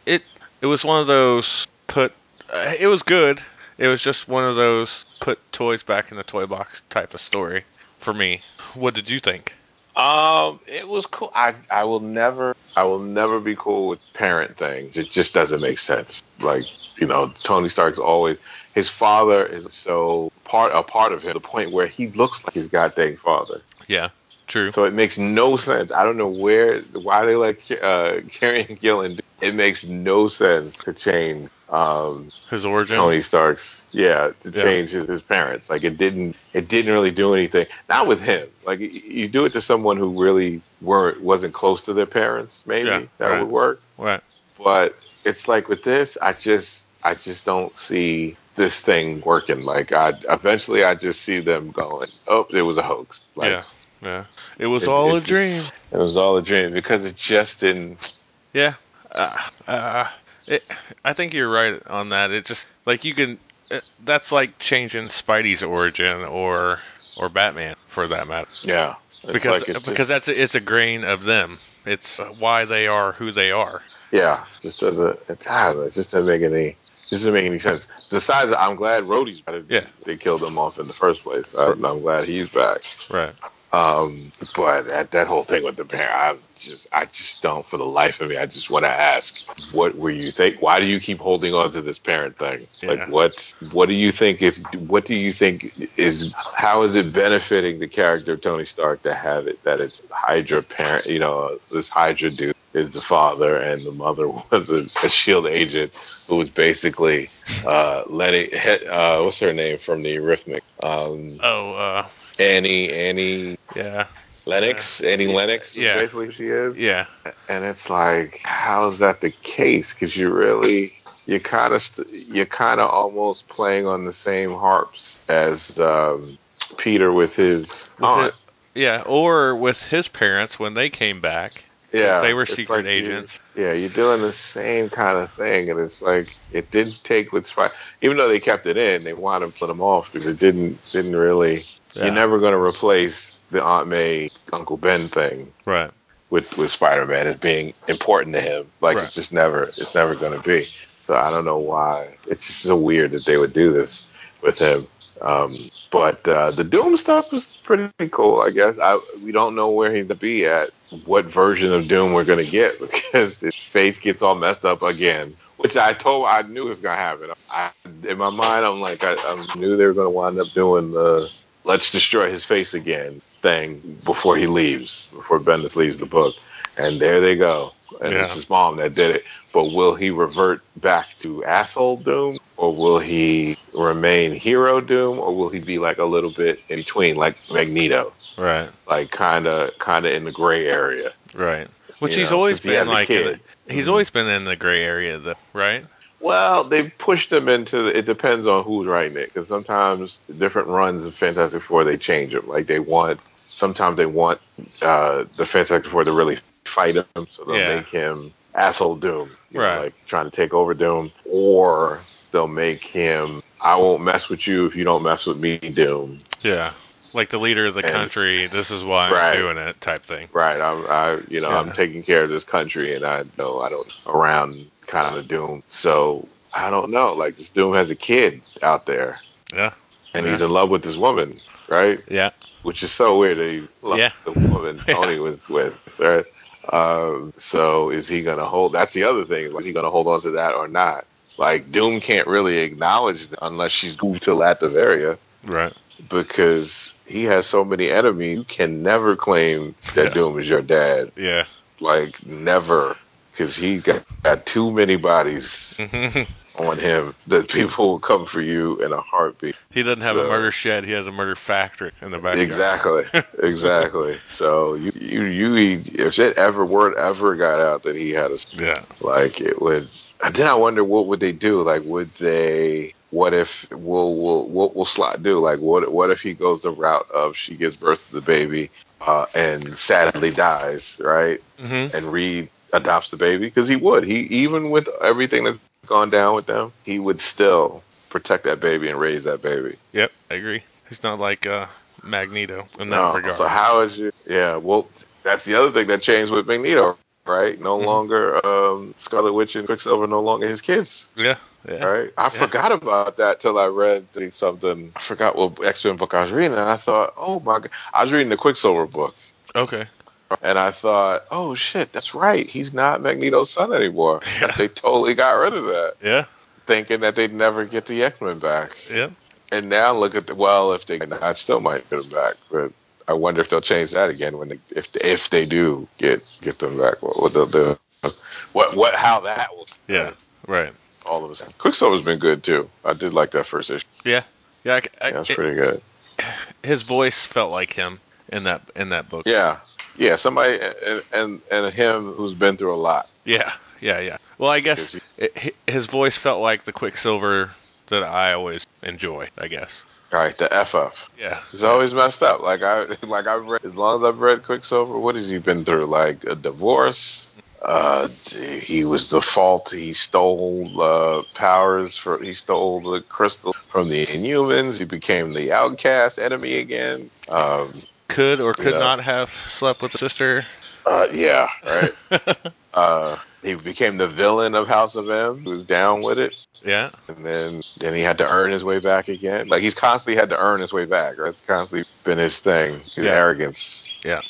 E: it it was one of those put. Uh, it was good. It was just one of those put toys back in the toy box type of story for me. What did you think?
F: Um, it was cool. I I will never I will never be cool with parent things. It just doesn't make sense. Like you know, Tony Stark's always his father is so part a part of him to the point where he looks like his goddamn father.
E: Yeah, true.
F: So it makes no sense. I don't know where why they like uh, Carrying Gillen it makes no sense to change um,
E: His origin.
F: Tony Stark's yeah to
E: Yeah.
F: change his, his parents. Like it didn't it didn't really do anything. Not with him. Like y- you do it to someone who really weren't wasn't close to their parents. Maybe
E: Yeah,
F: that
E: right.
F: would work.
E: Right.
F: But it's like with this, I just I just don't see this thing working. Like I eventually I just see them going, oh, it was a hoax. Like
E: yeah. Yeah. It was
F: it-
E: all
F: it
E: a
F: just-
E: dream.
F: it was all a dream because it just didn't.
E: Yeah. Uh, uh, it, I think you're right on that. It just like you can. It, that's like changing Spidey's origin or or Batman for that matter.
F: Yeah. It's
E: Because
F: like it just-
E: because that's it's a grain of them. It's why they are who they are.
F: Yeah, just doesn't. It's ah, it just doesn't make any. Just doesn't make any sense. Besides, I'm glad Rhodey's back.
E: Yeah.
F: They killed him off in the first place. I, I'm glad he's back.
E: Right.
F: Um, but that, that whole thing with the parent, I just, I just don't. For the life of me, I just want to ask, what were you think? Why do you keep holding on to this parent thing?
E: Yeah.
F: Like, what, what do you think is? What do you think is? How is it benefiting the character of Tony Stark to have it that it's Hydra parent? You know, this Hydra dude is the father, and the mother was a, a Shield E agent who was basically uh, Lenny. he- Uh, what's her name from the Eurythmic? Um,
E: Oh. Uh,
F: Annie. Annie.
E: yeah.
F: Lennox, Annie Lennox,
E: Yeah.
F: yeah. basically she is.
E: Yeah.
F: And it's like, how is that the case? Because you really, you're kind of, st- you're kind of almost playing on the same harps as um, Peter with his aunt.
E: Yeah. Or with his parents when they came back.
F: yeah,
E: They were
F: It's
E: secret
F: like you-
E: agents.
F: yeah, you're doing the same kind of thing, and it's like it didn't take with Spider. Even though they kept it in, they wanted to put them off because it didn't, didn't really.
E: Yeah.
F: You're never going to replace the Aunt May, Uncle Ben thing.
E: Right.
F: with with Spider Man as being important to him. Like
E: Right.
F: it's just never it's never going to be. So I don't know why. It's just so weird that they would do this with him. Um, but uh, the Doom stuff was pretty cool, I guess. I we don't know where he's gonna be at, what version of Doom we're gonna get because his face gets all messed up again. Which I told I knew was gonna happen. I, in my mind, I'm like I, I knew they were gonna wind up doing the let's destroy his face again thing before he leaves, before Bendis leaves the book. And there they go. And
E: Yeah.
F: it's his mom that did it. But will he revert back to asshole Doom? Or will he remain hero Doom? Or will he be like a little bit in between, like Magneto?
E: Right.
F: Like kinda kinda in the gray area.
E: Right. Which
F: You
E: he's
F: know,
E: always
F: since he
E: been
F: has a
E: like.
F: kid. Mm-hmm.
E: in- he's always been in the gray area though. Right.
F: Well, they pushed them into. The, it depends on who's writing it, because sometimes different runs of Fantastic Four they change them. Like they want. Sometimes they want uh, the Fantastic Four to really fight him, so they'll
E: Yeah.
F: make him asshole Doom, you know,
E: Right.
F: like trying to take over Doom, or they'll make him. I won't mess with you if you don't mess with me, Doom.
E: Yeah. Like the leader of the
F: And-
E: country, this is why
F: Right.
E: I'm doing it type thing.
F: Right. I'm, I, you know,
E: Yeah.
F: I'm taking care of this country, and I know I don't around kind of Doom. So I don't know. Like this Doom has a kid out there.
E: Yeah.
F: and
E: Yeah.
F: he's in love with this woman, right?
E: Yeah.
F: Which is so weird that he's in love
E: Yeah.
F: with the woman
E: Yeah.
F: Tony was with, right? Um, so is he gonna hold? That's the other thing. Is he gonna hold on to that or not? Like Doom can't really acknowledge that unless she's moved to Latveria
E: Right.
F: because he has so many enemies. You can never claim that
E: Yeah.
F: Doom is your dad,
E: Yeah.
F: like never, because he got, got too many bodies
E: he
F: on him that people will come for you in a heartbeat.
E: doesn't have a
F: So-
E: murder shed. He has a murder factory in the backyard.
F: Exactly, exactly. so you, you, you, if it ever word ever got out that he had a
E: Yeah.
F: like, it would. And then I wonder what would they do? Like, would they? What if? Will will what will Slot do? Like, what what if he goes the route of she gives birth to the baby, uh, and sadly dies, right?
E: hmm
F: and Reed adopts the baby because he would. He even with everything that's gone down with them, he would still protect that baby and raise that baby.
E: Yep. I agree. He's not like uh, Magneto in that
F: No,
E: regard.
F: so how is you? Yeah, well, that's the other thing that changed with Magneto, right? No
E: Mhm.
F: longer um, Scarlet Witch and Quicksilver, no longer his kids.
E: yeah. Yeah.
F: Right, I forgot about that till I read the- something. I forgot what X Men book I was reading, and I thought, oh my god, I was reading the Quicksilver book,
E: Okay.
F: and I thought, oh shit, that's right, he's not Magneto's son anymore.
E: Yeah.
F: They totally got rid of that.
E: Yeah.
F: thinking that they'd never get the X Men back.
E: Yeah.
F: And now look at the well, if they I still might get them back, but I wonder if they'll change that again when they, if if they do get get them back, what, what they'll do. what what how that will
E: Yeah, right.
F: all of a sudden. Quicksilver's been good too. I did like that first issue.
E: Yeah, yeah. I, I,
F: Yeah, that's
E: it-
F: pretty good.
E: his voice felt like him in that in that book.
F: Yeah, yeah. Somebody and and, and him who's been through a lot.
E: yeah, yeah, yeah. Well, I guess
F: Is
E: it, hi- his voice felt like the Quicksilver that I always enjoy. I guess.
F: All right, the F up.
E: Yeah,
F: He's always messed up. Like I like I've read as long as I've read Quicksilver, what has he been through? Like a divorce. Uh, he was the fault. He stole uh, powers for. He stole the crystal from the Inhumans. He became the outcast enemy again. Um,
E: could or could
F: Yeah.
E: not have slept with the sister.
F: uh, yeah, right. uh, he became the villain of House of M. He was down with it,
E: Yeah,
F: and then then he had to earn his way back again. Like he's constantly had to earn his way back. Right? It's constantly been his thing. His
E: Yeah.
F: arrogance.
E: yeah,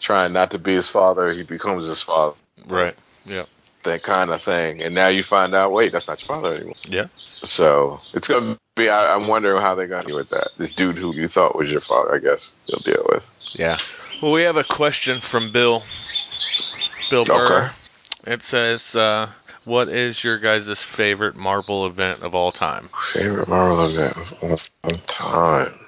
F: trying not to be his father, he becomes his father,
E: right. Yeah,
F: that kind of thing. And now you find out, wait, that's not your father anymore.
E: yeah.
F: So it's gonna be. I, I'm wondering how they're gonna deal with that. This dude who you thought was your father, I guess you'll deal with.
E: Yeah. Well, we have a question from Bill. Bill Burr. It says, uh, "What is your guys' favorite Marvel event of all time?"
F: Favorite Marvel event of all time.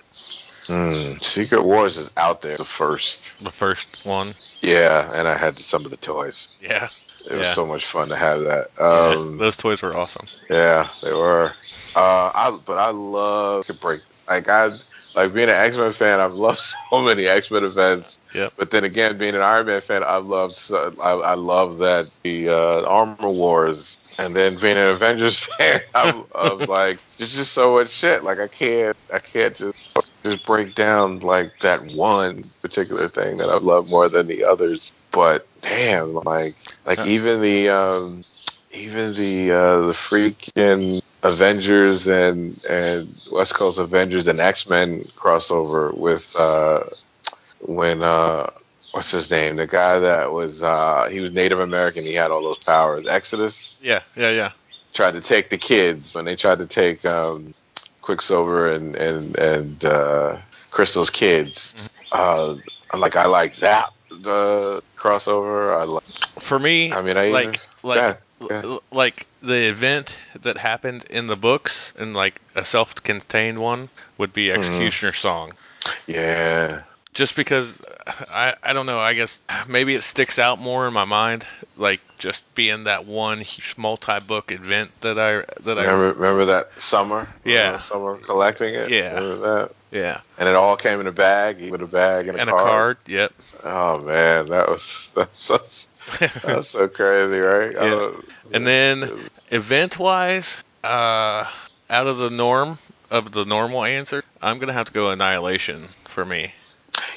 F: Hmm. Secret Wars is out there. The first,
E: The first one.
F: yeah, and I had some of the toys.
E: Yeah.
F: It was
E: Yeah.
F: so much fun to have that. Um,
E: Those toys were awesome.
F: Yeah, they were. Uh, I but I love to break. Like I like being an X Men fan. I've loved so many X Men events.
E: Yep.
F: But then again, being an Iron Man fan, I loved. So, I, I love that the uh, Armor Wars, and then being an Avengers fan, I'm, I'm like there's just so much shit. Like I can't I can't just just break down like that one particular thing that I love more than the others. But damn, like like
E: Yeah.
F: even the um even the uh, the freaking Avengers and and West Coast Avengers and X Men crossover with uh, when uh, what's his name the guy that was uh, he was Native American he had all those powers Exodus
E: Yeah. Yeah. Yeah.
F: tried to take the kids when they tried to take um, Quicksilver and and and uh, Crystal's kids uh, like I like that the crossover I like
E: For me,
F: I mean, I
E: like
F: even-
E: like
F: Yeah, yeah.
E: l- like the event that happened in the books and like a self-contained one would be
F: Mm-hmm.
E: Executioner Song.
F: yeah
E: Just because I I don't know, I guess maybe it sticks out more in my mind like just being that one huge multi-book event that I that I
F: Remember, remember that summer?
E: Yeah.
F: That summer of collecting it.
E: Yeah.
F: Remember that?
E: yeah,
F: And it all came in a bag, with a bag and a,
E: and a
F: card.
E: card, yep.
F: Oh man, that was that's that's, that's so crazy, right? Uh, I
E: Yeah.
F: don't-
E: And then event wise, uh, out of the norm of the normal answer, I'm gonna have to go Annihilation for me.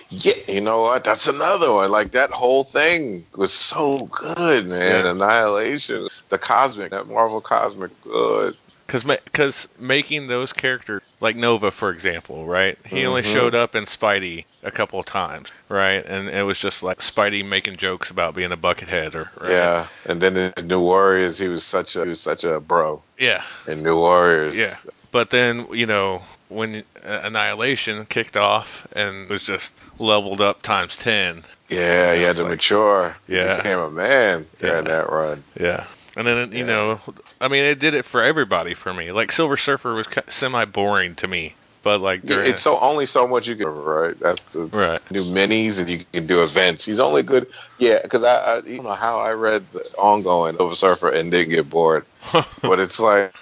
F: yeah, you know what? That's another one. Like that whole thing was so good, man.
E: Yeah.
F: Annihilation, the cosmic, that Marvel cosmic, good.
E: Cause, ma- cause making those characters like Nova, for example, right? He only showed up in Spidey a couple of times, right? And it was just like Spidey making jokes about being a buckethead, or right?
F: Yeah. And then in New Warriors, he was such a he was such a bro
E: yeah,
F: in New Warriors.
E: yeah. But then you know when uh, Annihilation kicked off and was just leveled up times ten,
F: Yeah, he had to mature.
E: Yeah.
F: He became a man
E: Yeah.
F: during that run.
E: Yeah. And then, you
F: Yeah.
E: know, I mean, it did it for everybody for me. Like, Silver Surfer was semi boring to me, but, like, during.
F: It's so only so much you can right. That's the
E: Right.
F: Do minis and you can do events. He's only good, yeah. Because I, I, you know how I read the ongoing Over Surfer and didn't get bored, but it's like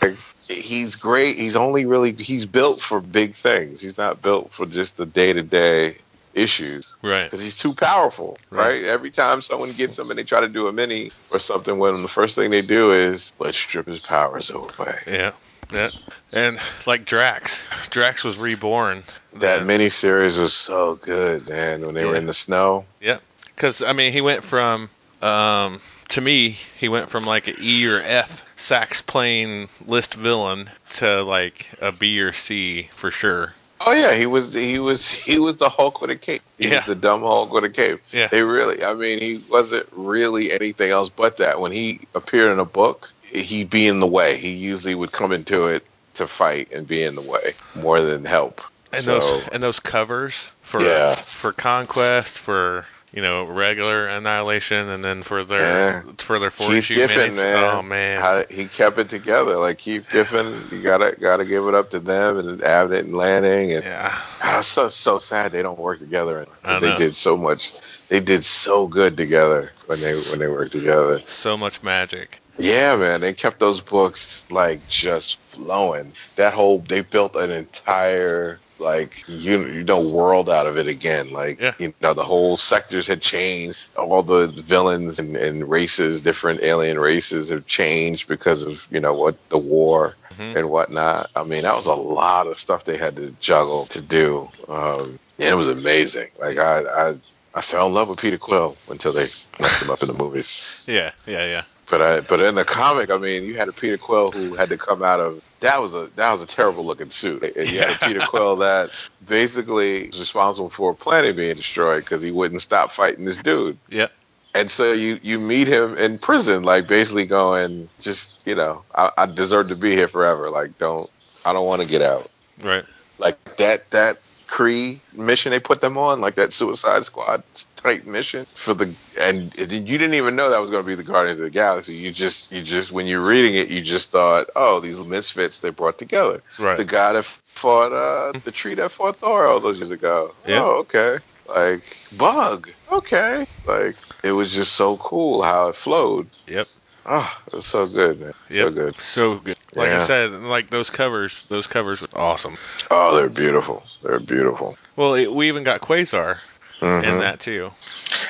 F: he's great. He's only really he's built for big things. He's not built for just the day to day issues.
E: right.
F: because he's too powerful,
E: Right.
F: right? Every time someone gets him and they try to do a mini or something, when the first thing they do is let's strip his powers away.
E: Yeah. Yeah. And, like, Drax. Drax was reborn.
F: That mini series was so good, man. When they were
E: Yeah.
F: in the snow,
E: Yeah. Because, I mean, he went from. um To me, he went from, like, an E or F sax playing list villain to, like, a B or C for sure.
F: oh yeah, he was he was he was the Hulk with a cape. He
E: Yeah.
F: was the dumb Hulk with a cape.
E: Yeah.
F: They really, I mean, he wasn't really anything else but that. When he appeared in a book, he'd be in the way. He usually would come into it to fight and be in the way more than help.
E: And
F: so
E: those and those covers for
F: Yeah.
E: for conquest for you know, regular Annihilation, and then for
F: Yeah.
E: their for their
F: Keith
E: 42
F: Giffen,
E: minutes.
F: man.
E: Oh man,
F: How- he kept it together. Like Keith Giffen, you gotta gotta give it up to them and Abbott and Lanning. And
E: yeah,
F: Ah, it's so so sad they don't work together.
E: I
F: They
E: know.
F: did so much. They did so good together when they when they worked together.
E: so much magic.
F: Yeah, man, they kept those books like just flowing. That whole they built an entire like you, you know world out of it again. Like
E: Yeah.
F: you know the whole sectors had changed. All the villains and, and races, different alien races, have changed because of you know what the war
E: Mhm.
F: and whatnot. I mean, that was a lot of stuff they had to juggle to do. Um, and it was amazing. Like I, I, I fell in love with Peter Quill until they messed him up in the movies.
E: Yeah, yeah, yeah.
F: But I, but in the comic, I mean, you had a Peter Quill who had to come out of that was a that was a terrible looking suit. And you had a Peter Quill that basically was responsible for a planet being destroyed because he wouldn't stop fighting this dude.
E: Yep.
F: And so you you meet him in prison, like basically going, just you know, I, I deserve to be here forever. Like don't I don't want to get out.
E: Right.
F: Like that that Cree mission they put them on, like that Suicide Squad type mission for the and it, you didn't even know that was going to be the Guardians of the Galaxy. You just you just when you're reading it, you just thought, oh, these misfits they brought together.
E: Right.
F: The guy that fought uh, the tree that fought Thor all those years ago.
E: Yeah.
F: Oh, okay. Like bug. Okay. Like it was just so cool how it flowed.
E: Yep.
F: Oh, it was so good, man. So
E: Yep.
F: good.
E: So good. Like
F: Yeah.
E: I said, like those covers, those covers were awesome.
F: Oh, they're beautiful. They're beautiful.
E: Well, it, we even got Quasar in
F: Mhm.
E: that too.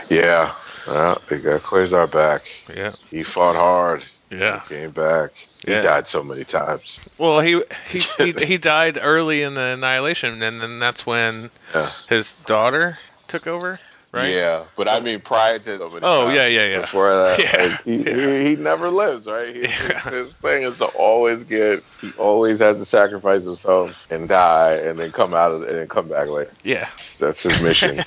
F: Yeah. Yeah, they got Quasar back.
E: Yeah.
F: He fought hard.
E: Yeah.
F: Came back. He
E: Yeah.
F: died so many times.
E: Well, he he, he he died early in the annihilation, and then that's when
F: Yeah.
E: his daughter took over, right?
F: Yeah, but I mean prior to so many
E: Oh,
F: times
E: yeah, yeah, yeah.
F: Before that,
E: Yeah,
F: like, he, he, he never lives, right? He,
E: Yeah.
F: His thing is to always get. He always has to sacrifice himself and die, and then come out of, and then come back later.
E: Yeah.
F: That's his mission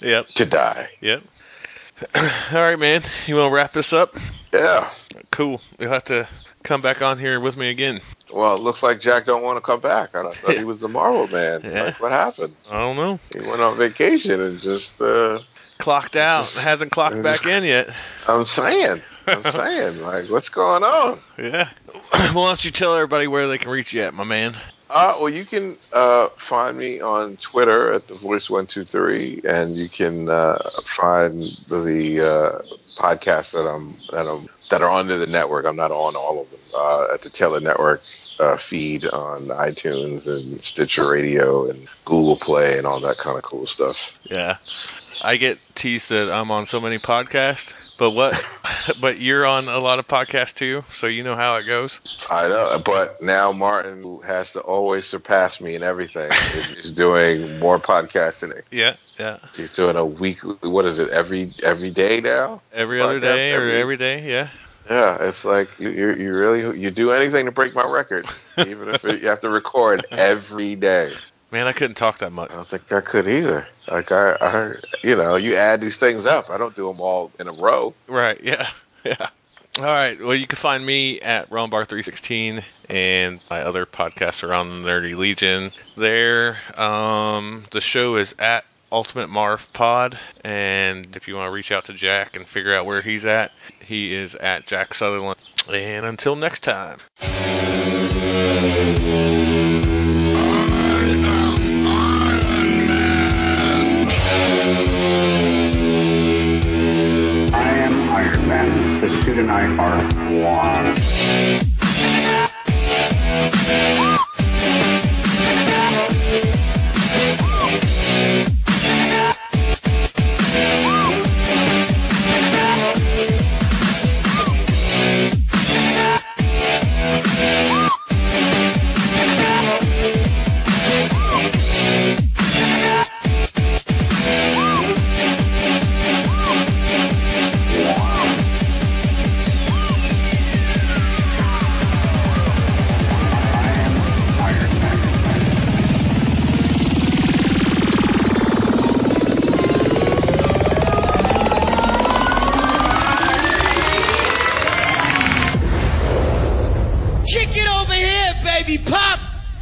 E: Yep.
F: to die.
E: Yep. All right, man. You want to wrap this up?
F: Yeah.
E: Cool. You'll have to come back on here with me again.
F: Well, it looks like Jack don't want to come back. I thought he was the Marvel man.
E: Yeah.
F: Like, what happened?
E: I don't know.
F: He went on vacation and just. uh
E: Clocked out. Hasn't clocked back in yet.
F: I'm saying. I'm saying. Like, what's going on?
E: Yeah. Why don't you tell everybody where they can reach you at, my man?
F: Uh, well, you can uh, find me on Twitter at the Voice One Two Three, and you can uh, find the uh, podcasts that I'm that I'm that are under the network. I'm not on all of them uh, at the Taylor Network uh, feed on iTunes and Stitcher Radio and Google Play and all that kind of cool stuff.
E: Yeah. I get teased that I'm on so many podcasts, but what? but you're on a lot of podcasts too, so you know how it goes.
F: I know, but now Martin, who has to always surpass me in everything, is, is doing more podcasts than
E: Yeah. Yeah.
F: He's doing a weekly. What is it? Every every day now.
E: Every
F: It's
E: other
F: like ev-
E: day or every day. Yeah.
F: Yeah, it's like you you you really you do anything to break my record, even if it, you have to record every day.
E: Man, I couldn't talk that much.
F: I don't think I could either. Like I, I you know, you add these things up. I don't do them all in a row.
E: Right. Yeah. Yeah. All right. Well, you can find me at RonBar316 and my other podcasts are on the Nerdy Legion. There, um, the show is at Ultimate Marv Pod, and if you want to reach out to Jack and figure out where he's at, he is at Jack Sutherland. And until next time.
B: I am Iron Man. The suit and I are one.